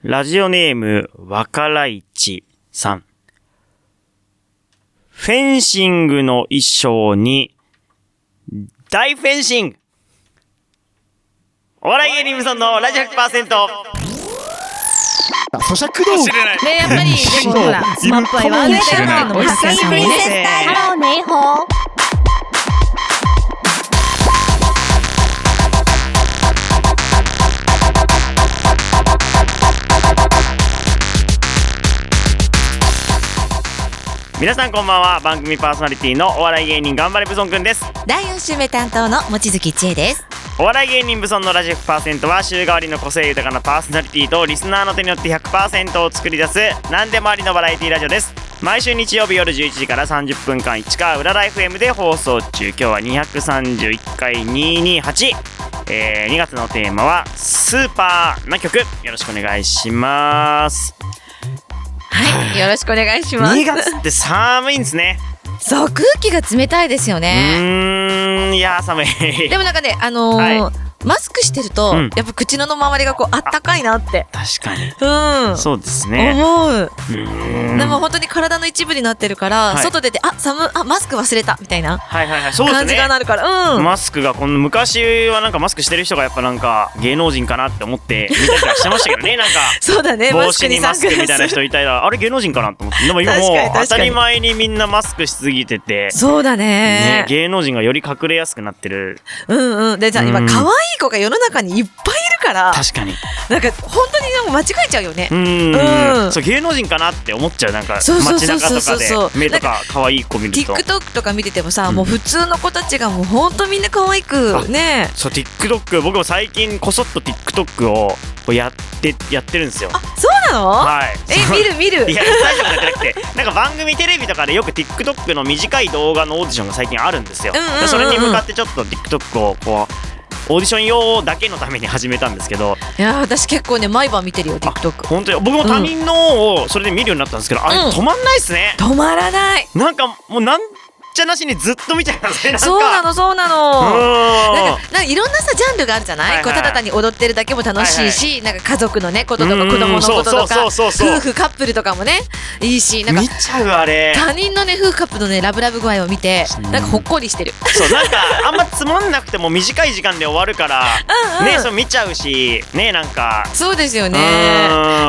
ラジオネーム、わからいちさん。フェンシングの衣装に、大フェンシングお笑い芸人無尊のラジオ100%あ咀嚼道具知れない。ね、やっぱり、でもほら、スマップはワンデータイムのおハッ久ピーしぶプリりンでセスす。隊ハローネイホー皆さんこんばんは。番組パーソナリティのお笑い芸人頑張れブソンくんです。第4週目担当の望月千恵ですお笑い芸人無尊のラジオ100%は週替わりの個性豊かなパーソナリティとリスナーの手によって100%を作り出す何でもありのバラエティラジオです毎週日曜日夜11時から30分間市川裏ライフ M で放送中今日は231回228えー、2月のテーマは「スーパーな曲」よろしくお願いしますはい、よろしくお願いします。 2月って寒いんですねそう、空気が冷たいですようね。ーんいやー寒いでもなんかね、あのーはマスクしてると、うんやっぱ口の周りがこう、あったかいなって。確かにうん。そうですね思う。うーんでも本当に体の一部になってるから、はい外出て、あ、寒い、あ、マスク忘れた、みたいなはいはいはいそうです感じねがなるから、うん。マスクがこの昔はなんかマスクしてる人がやっぱなんか芸能人かなって思って見たりとかしてましたけど ねなんかそうだね、帽子にマスクみたいなサングラ人いたらあれ芸能人かなと思ってでも今確もかにう確か当にたり前にみんなマスクしすぎててス。、 そうだねね、芸能人がより隠れやすくなってるうんうん。で、じゃあ今、うん可愛い子が世の中にいっぱいいるから、確かになんか本当になんか間違えちゃうよねう。ーうんんそう芸能人かなって思っちゃうなんかそうそう街そう中そうとそかうでそう目とか可愛い子見ると TikTok とか見ててもさ、うんもう普通の子たちがもう本当みんな可愛くね。そう TikTok 僕も最近こそっと TikTok をこうやってやってるんですよあ、そうなの？はいそうえ、見る見いる。や大したことやってなくてなんか番組テレビとかでよく TikTok の短い動画のオーディションが最近あるんですよ、うんうんうんうんでそれに向かってちょっと TikTok をこうオーディション用だけのために始めたんですけどいや、私結構ね毎晩見てるよ TikTok。本当に僕も他人のをそれで見るようになったんですけど、あれうん止まんないっすね、止まらない。なんかもうなんちゃなしにずっと見ちゃいますねなんかそうなのそうなの。なんのかなんかいろんなさジャンルがあるじゃなはいい、はいこうただ単に踊ってるだけも楽しいし、なんか家族のねこととかうん子供のこととかそうそうそうそうそう夫婦カップルとかもねいいしなんか見ちゃうあれ他人のね夫婦カップルのねラブラブ具合を見てうんなんかほっこりしてる。そうなんかあんまつまんなくても短い時間で終わるから、うんねそう見ちゃうしねなんかそうですよね。うん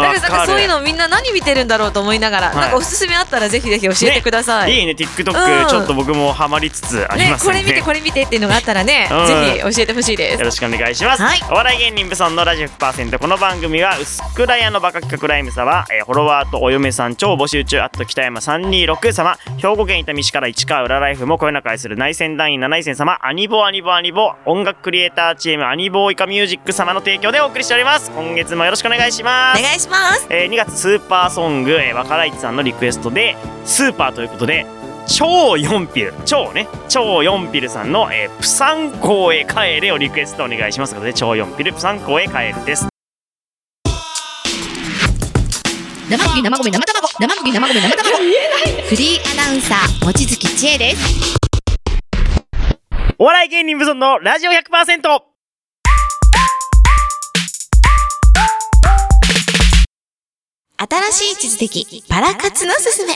だからなわんかかるそういうのみんな何見てるんだろうと思いながら、はいなんかおすすめあったらぜひぜひ教えてください。いいね TikTok、うんちょっと僕もハマりつつありねま、すこんでれ見てこれ見てっていうのがあったらね、うんぜひ教えてほしいでよす。ろしくお願いします、はいお笑い芸人ブソンのラジオ100%この番組は薄倉屋のバカ企画ライムさは、えーフォロワーとお嫁さん超募集中あと北山326様兵庫県伊丹市から市川裏ライフもこよなく愛する内戦団員七井戦様アニボアニボアニボ音楽クリエイターチームアニボイカミュージック様の提供でお送りしております今月もよろしくお願いしまおす願いします。えー2月スーパーソング、えー、若市さんのリクエストでスーパーということで超四ピル超ね超四ピルさんの、えープサン港へ帰れをリクエストお願いしますので超四ピルプサン港へ帰れです生麦生米生卵生麦生米生卵フリーアナウンサー望月千恵ですお笑い芸人無尊のラジオ100%新しい地図的パラ活のすすめ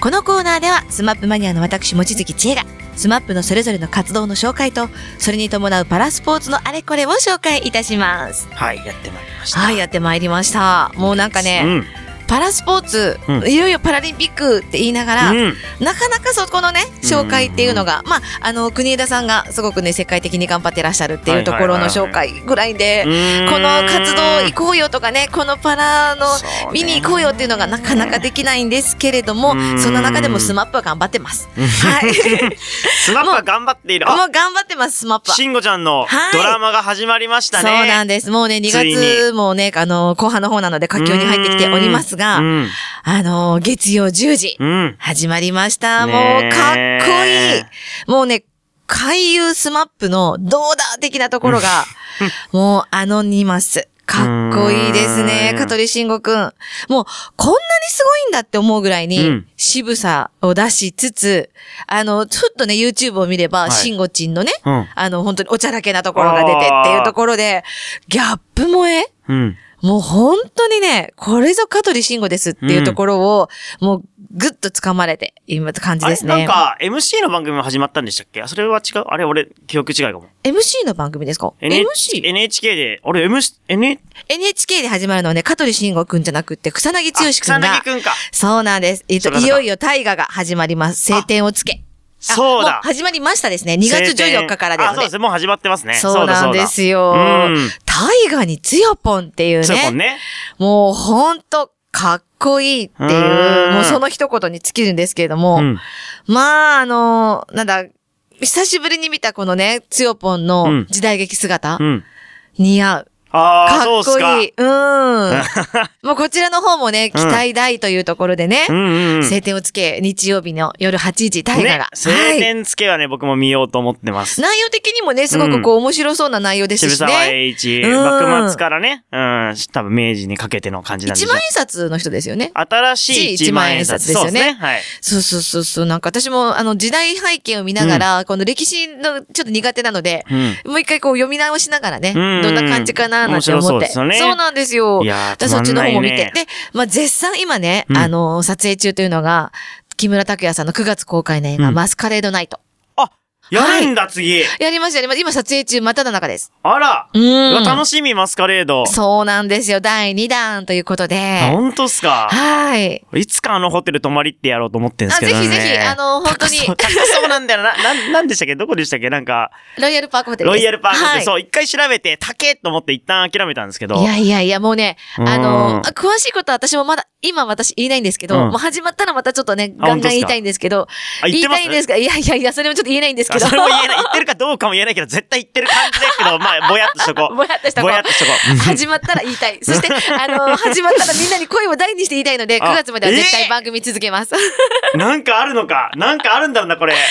このコーナーでは、スマップマニアの私、望月千恵が、スマップのそれぞれの活動の紹介と、それに伴うパラスポーツのあれこれを紹介いたします。はいやってまいりましたはい、やってまいりました。もうなんかね、うんパラスポーツ、うんいよいよパラリンピックって言いながら、うんなかなかそこのね、紹介っていうのが、まあ、あの、国枝さんがすごくね、世界的に頑張ってらっしゃるっていうところの紹介ぐらいで、この活動行こうよとかね、このパラのそうね見に行こうよっていうのがなかなかできないんですけれども、うんそんな中でもスマップは頑張ってます。はい。スマップは頑張っているも あう頑張ってます、スマップは。慎吾ちゃんのはいドラマが始まりましたそうね、なんです。もうね、2つい月もね、あの、後半の方なので、佳境に入ってきておりますうが、んあの、月曜10時、うん始まりました。もう、ねえかっこいい。もうね、海遊スマップのどうだ的なところ が、もうアノニマス。かっこいいですねう。ん香取慎吾くん。もう、こんなにすごいんだって思うぐらいうにん、渋さを出しつつ、あの、ちょっとね、YouTube を見れば、い慎吾ちんのね、うんあの、本当におちゃらけなところが出てっていうところで、ギャップ萌えうんもう本当にね、これぞ香取慎吾ですっていうところを、もうぐっと掴まれて、今って感じあれですね。なんか、MC の番組も始まったんでしたっけあそれは違うあれ、俺、記憶違いかも。 MC の番組ですか NH ?NHK で、俺、MC、N、 NHK で始まるのはね、香取慎吾くんじゃなくって、草薙剛あくん草薙が。くんか。そうなんです。えっそうと、かそういかよいよ大河が始まります。晴天をつけ。あそうもだ。始まりましたですね。2月14日からですあ、そうねで。す。もう始まってますね。そうなんですそよ。うだそうだうん。大河につよぽんっていうそうね。もんね。もうほんと、かっこいいってういんう、もうその一言に尽きるんですけれども、うんまあ、あの、なんだ、久しぶりに見たこのね、つよぽんうんの時代劇姿、うん。似合う。ああ、かそうっっすこか。いい。うん。 もうこちらの方もね、期待大というところでね、うんうんうん。晴天をつけ、日曜日の夜8時、大河が。ね、青はい。年つけはね、僕も見ようと思ってます。内容的にもね、すごくこう、面白そうな内容です渋し沢ね。栄一、うん幕末からね、うん、多分明治にかけての感じなんで一すよ万。円札の人ですよね。新しい一万円札一万円札ですよねそうはい。そうそうそうそう。なんか私も、あの、時代背景を見ながら、この歴史のちょっと苦手なので、うもう一回こう読み直しながらね、うんどんな感じかななんて面思って。白そうですよねそうなんですよ。ん。いやー、だつそまっちんのな方いも見てね。。で、まあ、絶賛今ね、うんあの、撮影中というのが、木村拓哉さんの9月公開の映画、うんマスカレードナイト。やるんだ、次。やりますやります。今撮影中、まただ中です。あら。ううわん。楽しみ、マスカレード。そうなんですよ。第2弾ということあで。ほんとっすか。はい。いつかあのホテル泊まりってやろうと思ってるんですあ、けぜどね。ひぜひ、あの、本当に、高 そう高そうなんだよ な。な、なんでしたっけどこでしたっけなんか、ロイヤルパークホテルロです。イヤルパークって、はいそう、一回調べて、高えと思って一旦諦めたんですけど。いやいやいや、もうね、うんあの、詳しいことは私もまだ、今私言えないんですけど、うんもう始まったらまたちょっとね、あガン本当ガっすかン言いたいんですけど、あ言言っいてまたすいんですが、いやいやいや、それもちょっと言えないんですあけど。それも言えない。言ってるかどうかも言えないけど、絶対言ってる感じだけど、まあ、ぼやっとしとこう。 ぼやっとしとこうぼやっとしとこう。始まったら言いたい。そして、あの、始まったらみんなに声を大にして言いたいので、9あ月までは絶え対ー番組続けます。なんかあるのか。なんかあるんだろうな、これ。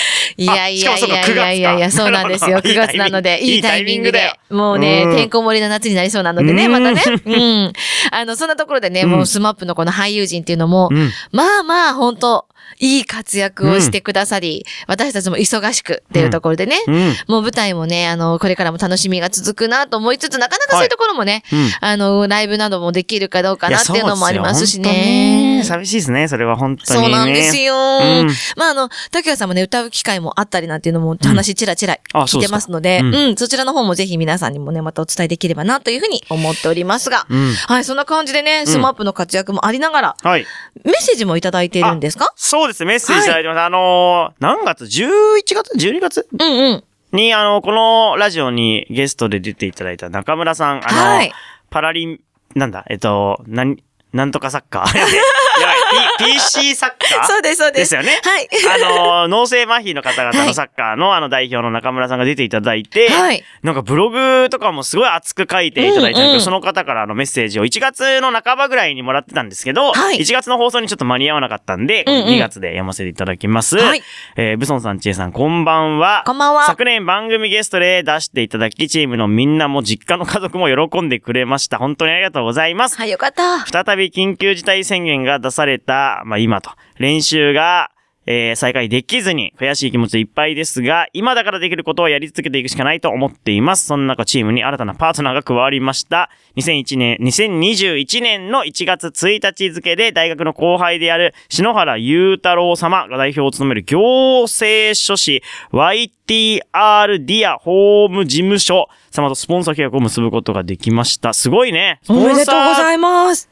いやいやいやいやいやいや、しかもそそううかなんで すよ。9月なので、いいタイミングで。もうね、てんこ盛りの夏になりそうなのでうね、んまたね。うん。あの、そんなところでね、うんもうスマップのこの俳優陣っていうのもう、ん。まあまあ、本当いい活躍をしてくださり、私たちも忙しくっていうところでね、うん。もう舞台もね、あの、これからも楽しみが続くなと思いつつ、なかなかそういうところもね、うん。あの、ライブなどもできるかどうかいやなっていうのもありますしそうですよ本当ねに。寂しいですね、それは本当に、そね。うなんですよ。うんまあ、あの、竹谷さんもね、歌う機会もあったりなんていうのも話ちらちらあ聞いてますので、そううですかん、そちらの方もぜひ皆さんにもね、またお伝えできればなというふうに思っておりますが、うん。はい、そんな感じでね、スマップの活躍もありながら、はい。メッセージもいただいているんですかそうです、メッセージいただいてます。あのー何月 ?11 月 ?12 月うんうん。に、あの、このラジオにゲストで出ていただいた中村さん、あの、はいパラリン、なんだ、えっと、なん、なんとかサッカー やばい、P、PC サッカー そうです、そうです。ですよねはい。あの、脳性麻痺の方々のサッカーの、あの代表の中村さんが出ていただいて、はい。なんかブログとかもすごい熱く書いていただいたんですけど、うんうんその方からあのメッセージを1月の半ばぐらいにもらってたんですけど、はい1月の放送にちょっと間に合わなかったんで、うんうん2月で読ませていただきます。はいえー、ブソンさん、チエさん、こんばんは。こんばんは昨年番組ゲストで出していただき、チームのみんなも実家の家族も喜んでくれました。本当にありがとうございます。はい、よかった。再び緊急事態宣言が出された、まあ今と、練習が、えー再開できずに悔しい気持ちでいっぱいですが、今だからできることをやり続けていくしかないと思っています。そんな中、チームに新たなパートナーが加わりました。2001年、2021年の1月1日付で大学の後輩である篠原雄太郎様が代表を務める行政書士 YTR ディア法務事務所様とスポンサー契約を結ぶことができました。すごいね。スポおンサーめでとうございます。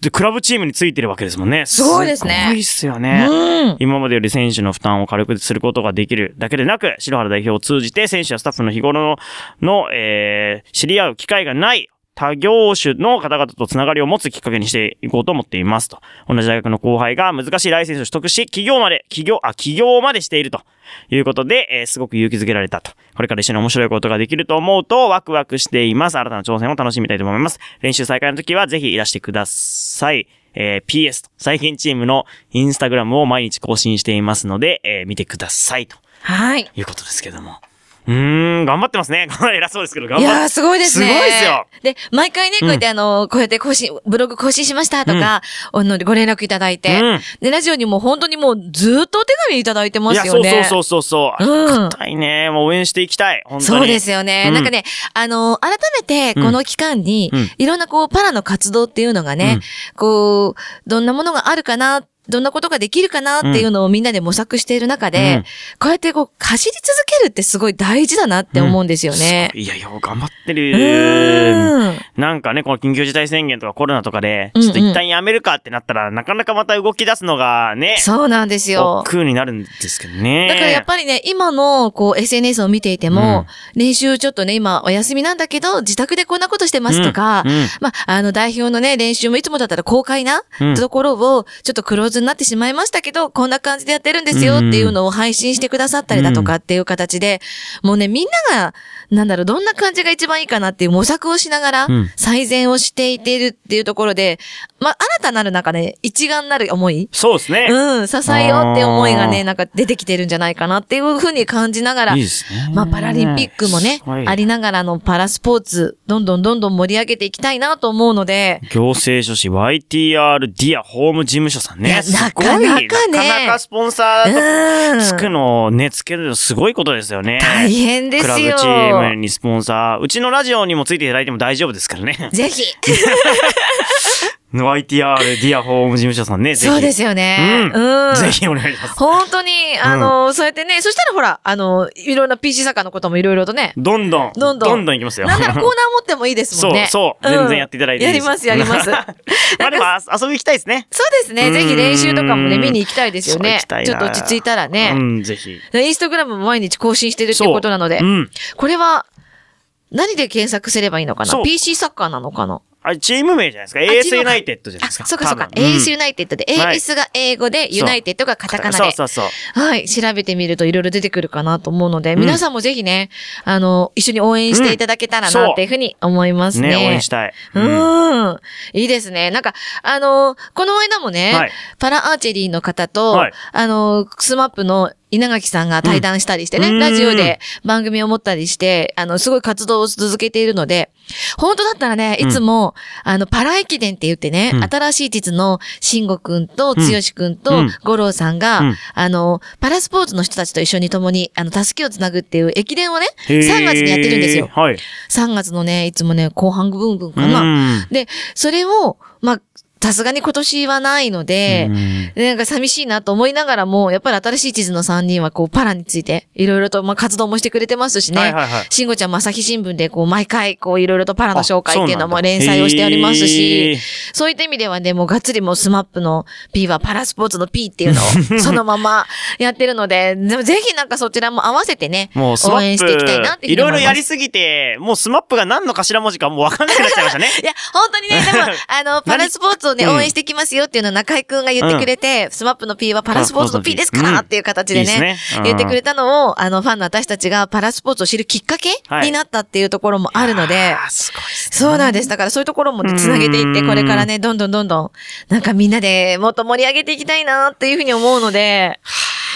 で、クラブチームについてるわけですもんね。すごいですねすごいっすようね。ん。今までより選手の負担を軽くすることができるだけでなく、篠原代表を通じて選手やスタッフの日頃の、のえー、知り合う機会がない他業種の方々とつながりを持つきっかけにしていこうと思っていますと。同じ大学の後輩が難しいライセンスを取得し、企業まで、企業、あ、企業までしているということで、えーすごく勇気づけられたと。これから一緒に面白いことができると思うとワクワクしています。新たな挑戦を楽しみたいと思います。練習再開の時はぜひいらしてください。えー PS と、最近チームのインスタグラムを毎日更新していますので、えー見てくださいとはい。いうことですけども。うーん、頑張ってますね。 偉そうですけど、頑い張やー、っすごいですね。すごいですよ。で、毎回ね、こうやってあの、こうやって更新、ブログ更新しましたとか、あのご連絡いただいて、うんで、ラジオにも本当にもうずーっとお手紙いただいてまいや、すそようね。そうそうそうそう。あうんりがたいね。もう応援していきたい。本当に。そうですよね。うんなんかね、あの、改めて、この期間にうん、いろんなこう、パラの活動っていうのがね、こう、どんなものがあるかな、どんなことができるかなっていうのをみんなで模索している中で、うんこうやってこう、走り続けるってすごい大事だなって思うんですよね。すごいいや、よう頑張ってうる。ーん。なんかね、この緊急事態宣言とかコロナとかで、うんうんちょっと一旦やめるかってなったら、なかなかまた動き出すのがね、そうなんですよ。億劫になるんですけどね。だからやっぱりね、今のこう SNS を見ていても、練習ちょっとね、今お休みなんだけど、自宅でこんなことしてますとか、うんうんまあ、あの代表のね、練習もいつもだったら公開なうんところを、ちょっとクローズになってしまいましたけど、こんな感じでやってるんですよっていうのを配信してくださったりだとかっていう形で、もうね、みんなが、なんだろう、どんな感じが一番いいかなっていう模索をしながらうん、最善をしていってるっていうところで、まあ、新たなる中で、一丸なる思いそうですね。うん、支えようって思いがあーね、なんか出てきてるんじゃないかなっていうふうに感じながら、いいですね。まあパラリンピックもねす、ごいありながらのパラスポーツ、どんどんどんどん盛り上げていきたいなと思うので、行政書士 YTR ディアホーム事務所さんいね。やすごいなかなかなねかなかスポンサうーんとつくのをね、つけるのすごいことですよね。大変ですクよ。ラブチームにスポンサー。うちのラジオにもついていただいても大丈夫ですから ね。ぜひ。 YTR ディアホーム事務所さんね、ぜひ。そうですよね。うん。うんぜひお願いします。本当に、あの、そうやってね、そしたらほら、あの、いろんな PC 作家のこともいろいろとね、どんどん。どんどんどんどんいきますよ。なんならコーナー持ってもいいですもんね。そうそう全然やっていただいていいやでりすます、やりま す。まあでもあ遊び行きたいですね。そうですね。ぜひ練習とかもうね、ん見に行きたいですよそうね行き。たいなちょっと落ち着いたらうね。ん、ぜひ。インスタグラムも毎日更新してるっていうことなのでう。ん。これは、何で検索すればいいのかそなう ?PC サッカーなのかなあれチーム名じゃないですか。チーム AS ユナイテッドじゃないあ、ですか。そうかそうか。多分 AS ユナイテッドで、はい AS が英語で、ユナイテッドがカタカナでそう。そうそう。はい。調べてみるといろいろ出てくるかなと思うので、ん皆さんもぜひね、あの、一緒に応援していただけたらうんそなうっていうふうに思いますね。ね、応援したい。うんうん。いいですね。なんか、あのーこの間もね、はいパラアーチェリーの方と、はいあのースマップの稲垣さんが対談したりしてね、うんラジオで番組を持ったりして、あの、すごい活動を続けているので、本当だったらね、いつも、あの、パラ駅伝って言ってね、うん新しい地図の慎吾くんと、剛くんうとん、五郎さんが、うんあの、パラスポーツの人たちと一緒に共に、あの、助けをつなぐっていう駅伝をね、へー3月にやってるんですよ。はい。 3月のね、いつもね、後半部分かな。うんで、それを、まあ、さすがに今年はないので、でなんか寂しいなと思いながらも、やっぱり新しい地図の3人はこうパラについていろいろと、まあ、活動もしてくれてますしね。はいはいはいしんごちゃんも朝日新聞でこう毎回こういろいろとパラの紹介っていうのもあそうなんだ連載をしておりますへしー、そういった意味ではね、もうがっつりもうスマップの P はパラスポーツの P っていうの をそのままやってるので、でもぜひなんかそちらも合わせてね、もうスマ応援ッしていきたいなっプ、ていいうふうにろ思いいろやます。りすぎて、もうスマップが何の頭文字かもうわかんなくなっちゃいましたね。 いや、本当にね、で も、あの、パラスポーツをね、うん応援していきますよっていうのを中井くんが言ってくれて、スマップの P はパラスポーツの P ですうかんらっていう形でいいですねねうん、言ってくれたのを、あの、ファンの私たちがパラスポーツを知るきっかけはいになったっていうところもあるので、あーすごいですね。そうなんです。だからそういうところもねうんつなげていって、これからね、どんどんどんどん、なんかみんなでもっと盛り上げていきたいなっていうふうに思うので、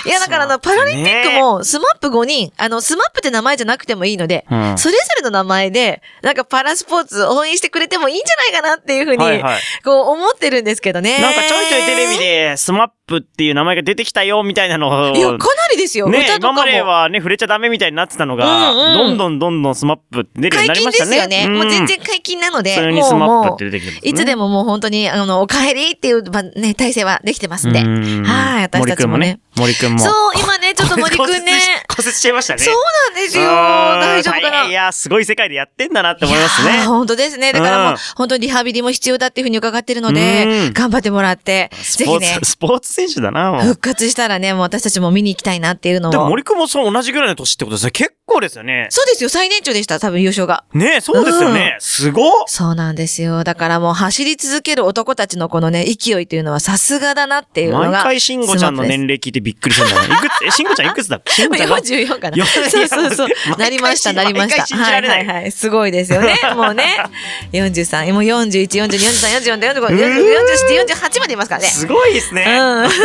いや、だからあの、そうパですねラリンピックも、スマップ5人、あの、スマップって名前じゃなくてもいいので、うんそれぞれの名前で、なんかパラスポーツ応援してくれてもいいんじゃないかなっていうふうに、はいはいこう思ってるんですけどね。なんかちょいちょいテレビでスマップっていう名前が出てきたよみたいなのを。いや、かなりですよ。ね歌、と今かも。まではね、触れちゃダメみたいになってたのが、うんうんどんどんどんどんスマップって出るように解なり禁までしたすね。よね。もう全然ん解禁なので、普通にもスうマップもってう、出てきてます、ね。いつでもももう本当に、あの、お帰りっていうば、ね、体制はできてますんで。はい、私たちもね。。森くんもね。森くんも。そう、今ね、ちょっと森くんね。 骨折しちゃいましたね。そうなんですよ。大丈夫かあー大な変い。や、すごい世界でやってんだなって思いますいやーね。本当ですね。だからもうんう、本当にリハビリも必要だっていうふうに伺ってるのうでん、頑張ってもらって、スぜポひーツ、ね、スポーツ選手だな、もう復活したらね、もう私たちも見に行きたいなっていうのを。でも森くんもそう同じぐらいの年ってことですね。結構ですよね。そうですよ、最年長でした、多分優勝が。ねえそうですよね。すごっそうなんですよ。だからもう走り続ける男たちのこのね、勢いというのはさすがだなっていうのが。毎回慎吾ちゃんの年ス齢聞いてびっくりするんだ ね。いくつえ、慎吾ちゃんいくつだっけ慎吾マちゃんッがプです。44かな。いやそうそうそういや。なりました、な毎りま回した。毎回信じられないはいはいはい。すごいです よね。もうね。43、もう41、42、43、44、45、47、48までいますからね。すごいですね。うん。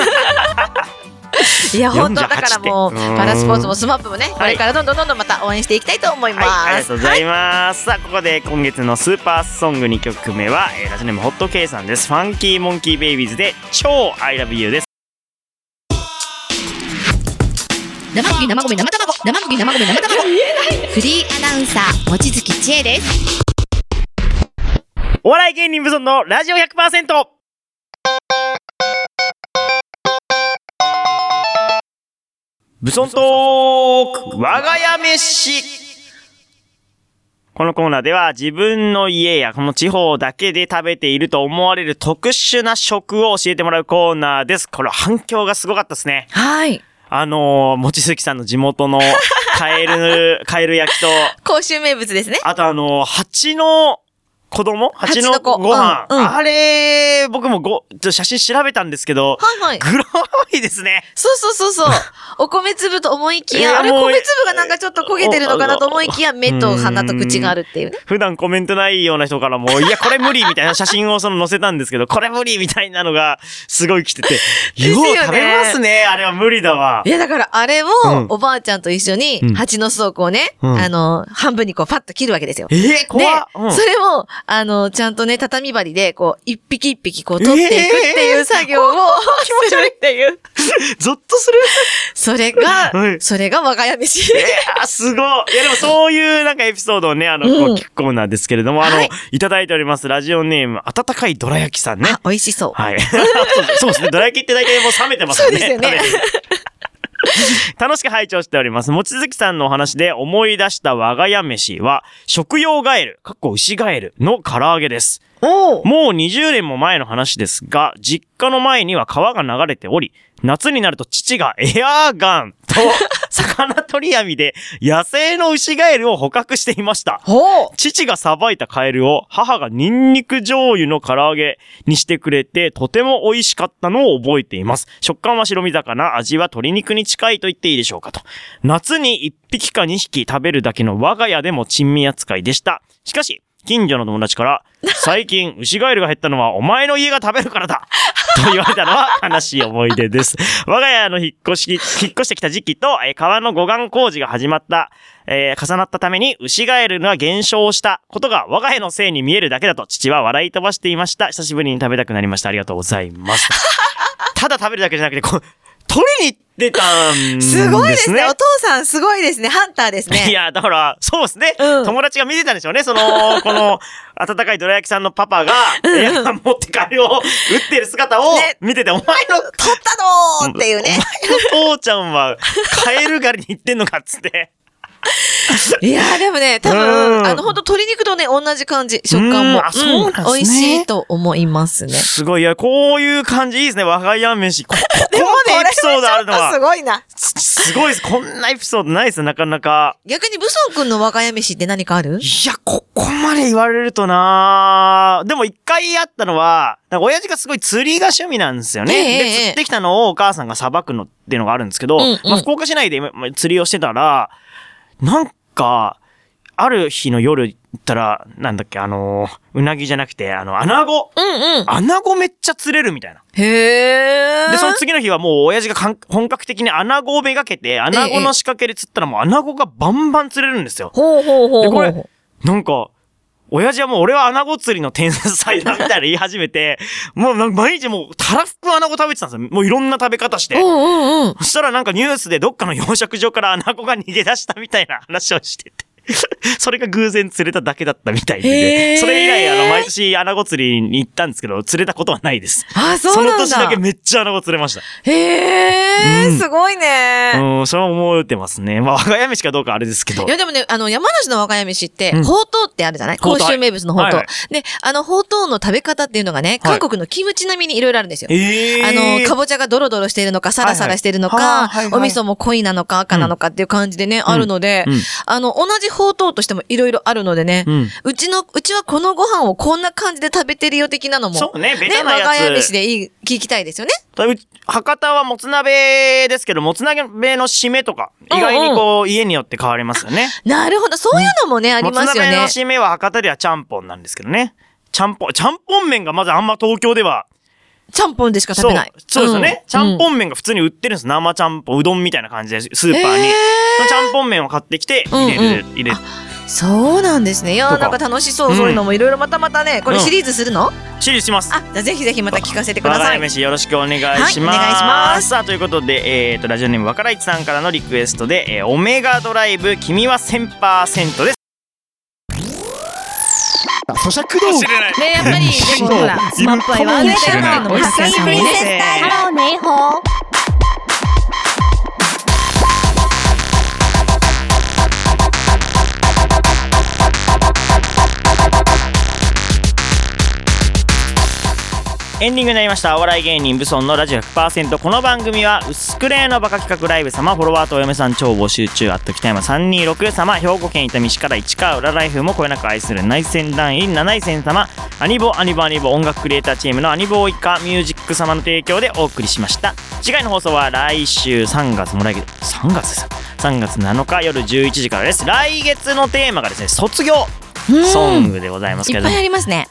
いや、本当だ48からもう、ってうんパラスポーツもスマップもね、これからどんどんどんどんまた応援していきたいと思います。はい、ありがとうございます、さあここで今月のスーパーソング2曲目は、えーラジオネームホット K さんですファンキーモンキーベイビーズで超 I love you です生麦生米生卵生麦生米生卵フリーアナウンサー望月千恵ですお笑い芸人無存のラジオ100%武尊トーク我が家飯このコーナーでは自分の家やこの地方だけで食べていると思われる特殊な食を教えてもらうコーナーです。これ反響がすごかったですね。はい。あのー、もちすきさんの地元のカエル、 カエル焼きと、甲州名物ですね。あとあのー、蜂の子供蜂の蜂の子ご飯、うんうんあれ、僕もご、ちょっと写真調べたんですけど、はいはい。グロいですね。そうそうそ うそう。お米粒と思いきいやや、あれもう米粒がなんかちょっと焦げてるのかなと思いきや、目と鼻と口があるっていうね。普段コメントないような人からも、いや、これ無理みたいな 写真をその載せたんですけど、これ無理みたいなのが、すごい来て て、すよよねう食べますね。あれは無理だわい。や、だからあれをうん、おばあちゃんと一緒にうん、蜂の巣をこうね、うんあの、半分にこう、パッと切るわけですよ。えー、で怖っ、うん、それを、あの、ちゃんとね、畳針で、こう、一匹一匹こう、取っていくっていう作業を、気持ち悪いっていう。ゾッとする。それがはい、それが我が家飯。いやーすごい。いや、でもそういうなんかエピソードをね、あの、こううん聞くコーナーですけれども、あの、、はいいただいております。ラジオネーム、温かいどら焼きさんね。あ、美味しそう。 はい。そうですね。どら焼きって大体もう冷めてますよね。そうですよね食べてる楽しく拝聴しております。もちづきさんのお話で思い出した我が家飯は、食用ガエル、かっこ牛ガエルの唐揚げです。おーもう20年も前の話ですが、実家の前には川が流れており、夏になると父がエアーガンと 魚取り網で野生の牛ガエルを捕獲していました。ほう父がさばいたカエルを母がニンニク醤油の唐揚げにしてくれてとても美味しかったのを覚えています。食感は白身魚、味は鶏肉に近いと言っていいでしょうかと。夏に1匹か2匹食べるだけの我が家でも珍味扱いでした。しかし、近所の友達から、最近牛ガエルが減ったのはお前の家が食べるからだと言われたのは悲しい思い出 です。我が家の引っ越し、引っ越してきた時期と、えー川の護岸工事が始まった、えー重なったために牛ガエルが減少したことが我が家のせいに見えるだけだと父は笑い飛ばしていました。久しぶりに食べたくなりました。ありがとうござい ます。ただ食べるだけじゃなくて、こう、取りに行ってたんですね。すごいですね。お父さんすごいですね。ハンターですね。いや、だから、そうですね、うん友達が見てたんでしょうね。そ の、この、温かいどら焼きさんのパパが、エアガン持ってカレーを打ってる姿をね見てて、お前の取ったのーっていうね。お 前の父ちゃんはカエル狩りに行ってんのかっつって。いやーでもね、多うん分、あの、本当鶏肉とね、同じ感じ、食感うんも。あそうなんですね美味しいと思いますね。すごい。いや、こういう感じいいですね。我が家飯。こここ までエピソードあるのすは。ごいな。すすごいです。こんなエピソードないですよ、なかなか。逆に、武装君の若家飯って何かあるいや、ここまで言われるとなでも一回あったのは、なんか親父がすごい釣りが趣味なんですよね。ええで、ええ釣ってきたのをお母さんがさばくのっていうのがあるんですけど、うんうんまあ、福岡市内でまあ釣りをしてたら、なんか、ある日の夜行ったら、なんだっけ、あのーうなぎじゃなくて、あの、アナゴ。うんうん。アナゴめっちゃ釣れるみたいな。へー。で、その次の日はもう親父がかん本格的にアナゴをめがけて、アナゴの仕掛けで釣ったらもうアナゴがバンバン釣れるんですよ。ほうほうほうで、こほうれ、なんか、親父はもう俺はアナゴ釣りの天才だみたいな言い始めて、 もうなんか毎日もうたらふくアナゴ食べてたんですよ。もういろんな食べ方して。うんうんうん。そしたらなんかニュースでどっかの養殖場からアナゴが逃げ出したみたいな話をしてて。 それが偶然釣れただけだったみたいでね、へーそれ以来あの毎年アナゴ釣りに行ったんですけど、釣れたことはないです。あ、そうそのなん年だだけ。めっちゃアナゴ釣れました。へうんー、すごいね。うん、それは思ってますね。まあ、我が家飯かどうかあれですけどい。やでもね、あの、山梨の若家飯ってうん、ほうとうってあるじゃないほう甲とう州名物のほうはいとうは。で、あの、ほうとうの食べ方っていうのがね、はい韓国のキムチ並みにいろいろあるんですよ。えあの、かぼぼちゃがドロドロしているのか、サラサラしているのはいはいあーかはい、はいお味噌も濃いなのか、赤なのかっていう感じでね、んあるのでうん、あの、同じほうとうとしてもいろいろあるのでねうん、うちの、うちはこのご飯をこんな感じで食べてるよ的なのも、そうねベねタ、な我やつが家飯でいい、聞きたいですよね。博多はもつ鍋ですけど、もつ鍋の締めとか、意外にこう、家によって変わりますよね。なるほど、そういうのもね、 ありもつますよ鍋のね。締めは博多ではちゃんぽんなんですけどね。ちゃんぽん、ちゃんぽん麺がまずあんま東京ではちゃんぽんでしか食べない。そうそうですよね。ちゃんぽんん麺が普通に売ってるんです。生ちゃんぽん、うどんみたいな感じで、スーパーに。えそのちゃんぽん麺を買ってきて、入れる、うん入れる。ーそうなんですね。いやとーかなんか楽しそう。うんそういうのもいろいろまたまたね、これシリーズするの、シリーズします。あ、じゃあぜひぜひまた聞かせてくだわさらい。い飯よろしくお願いします。はいお願いしますさあということで、えー、とラジオネームわからいちさんからのリクエストで、えーオメガドライブ君は1000%です。咀嚼道具ない。ねやっぱり、でもほら、スマップアイはね、知らないのもたくさんプリンセスね。ハローネイホー。エンディングになりましたお笑い芸人ブソンのラジオ100%この番組は薄くれのバカ企画ライブ様フォロワーとお嫁さん超募集中あっと北山326様兵庫県伊丹市から市川裏ライフもこよなく愛する内戦団員七井戦様アニボアニボアニボ音楽クリエイターチームのアニボーイカミュージック様の提供でお送りしました次回の放送は来週3月も来月3月です3月7日夜11時からです来月のテーマがですね卒業ソングでございますけいれっどぱもいありますね。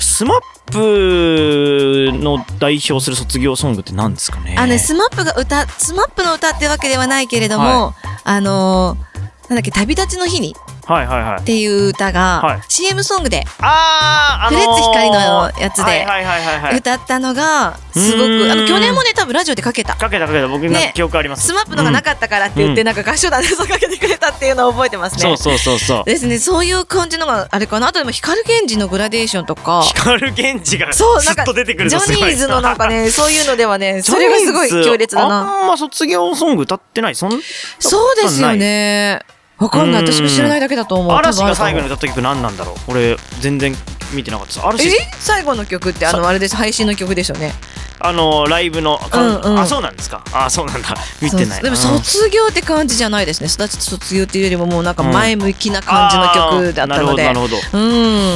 スマップの代表する卒業ソングって何ですかねあのね、スマップが歌、スマップの歌ってわけではないけれども、あのー、なんだっけ、旅立ちの日にはいはいはいっていう歌が、はい CM ソングであーあのー、フレッツ光のやつではいはいはいはい、はい、歌ったのが、すごうーんく、あの、去年もね、多分ラジオでかけた。かけたかけた僕なんかね記憶あります、スマップのがなかったからって言って、うんなんか合唱団でそうかけてくれたっていうのを覚えてますね。そうそうそうそう ですね、そういう感じのがあれかな。あとでも光源氏のグラデーションとか、光源氏がずそう、なんっか、と出ジてャくるニとすごいーズのなん かね、そういうのではね、それがすごいジャニーズ強烈だな。あんま卒業ソング歌ってないそんそうですよね。わかんない。うん私も知らないだけだと思う。嵐多分があるかも最後に歌った曲何なんだろう俺全然見てなかったです嵐え最後の曲ってあのあれです配信の曲でしょうね。あのライブの、うんうんあそうなんですかあそうなんだ見てないそうでもうん卒業って感じじゃないですね。育ち卒業っていうよりももうなんか前向きな感じの曲だったのあーなでる。ほどなるう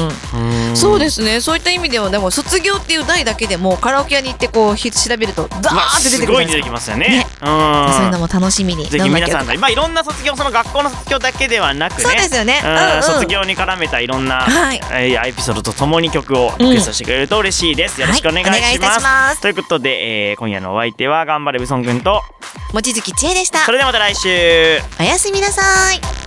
ん。ほどーんそうですね。そういった意味ではでも卒業っていう題だけでもカラオケ屋に行ってこうひ調べるとダまあーって出てすくるごじゃない出いでてすきか。ますよね。そういううのも楽しみに。ん。ぜひ皆さどんな曲がまあいろんな卒業その学校の卒業だけではなくね。そうですよね。ううんんうん。卒業に絡めたいろんな、はいえーエピソードとともに曲をリクエストしてくれると嬉しいです。よろしくお願いします。はいお願いいたしますということで、えー今夜のお相手は頑張れブソン君と望月千恵でしたそ。れではまた来週。おやすみなさい。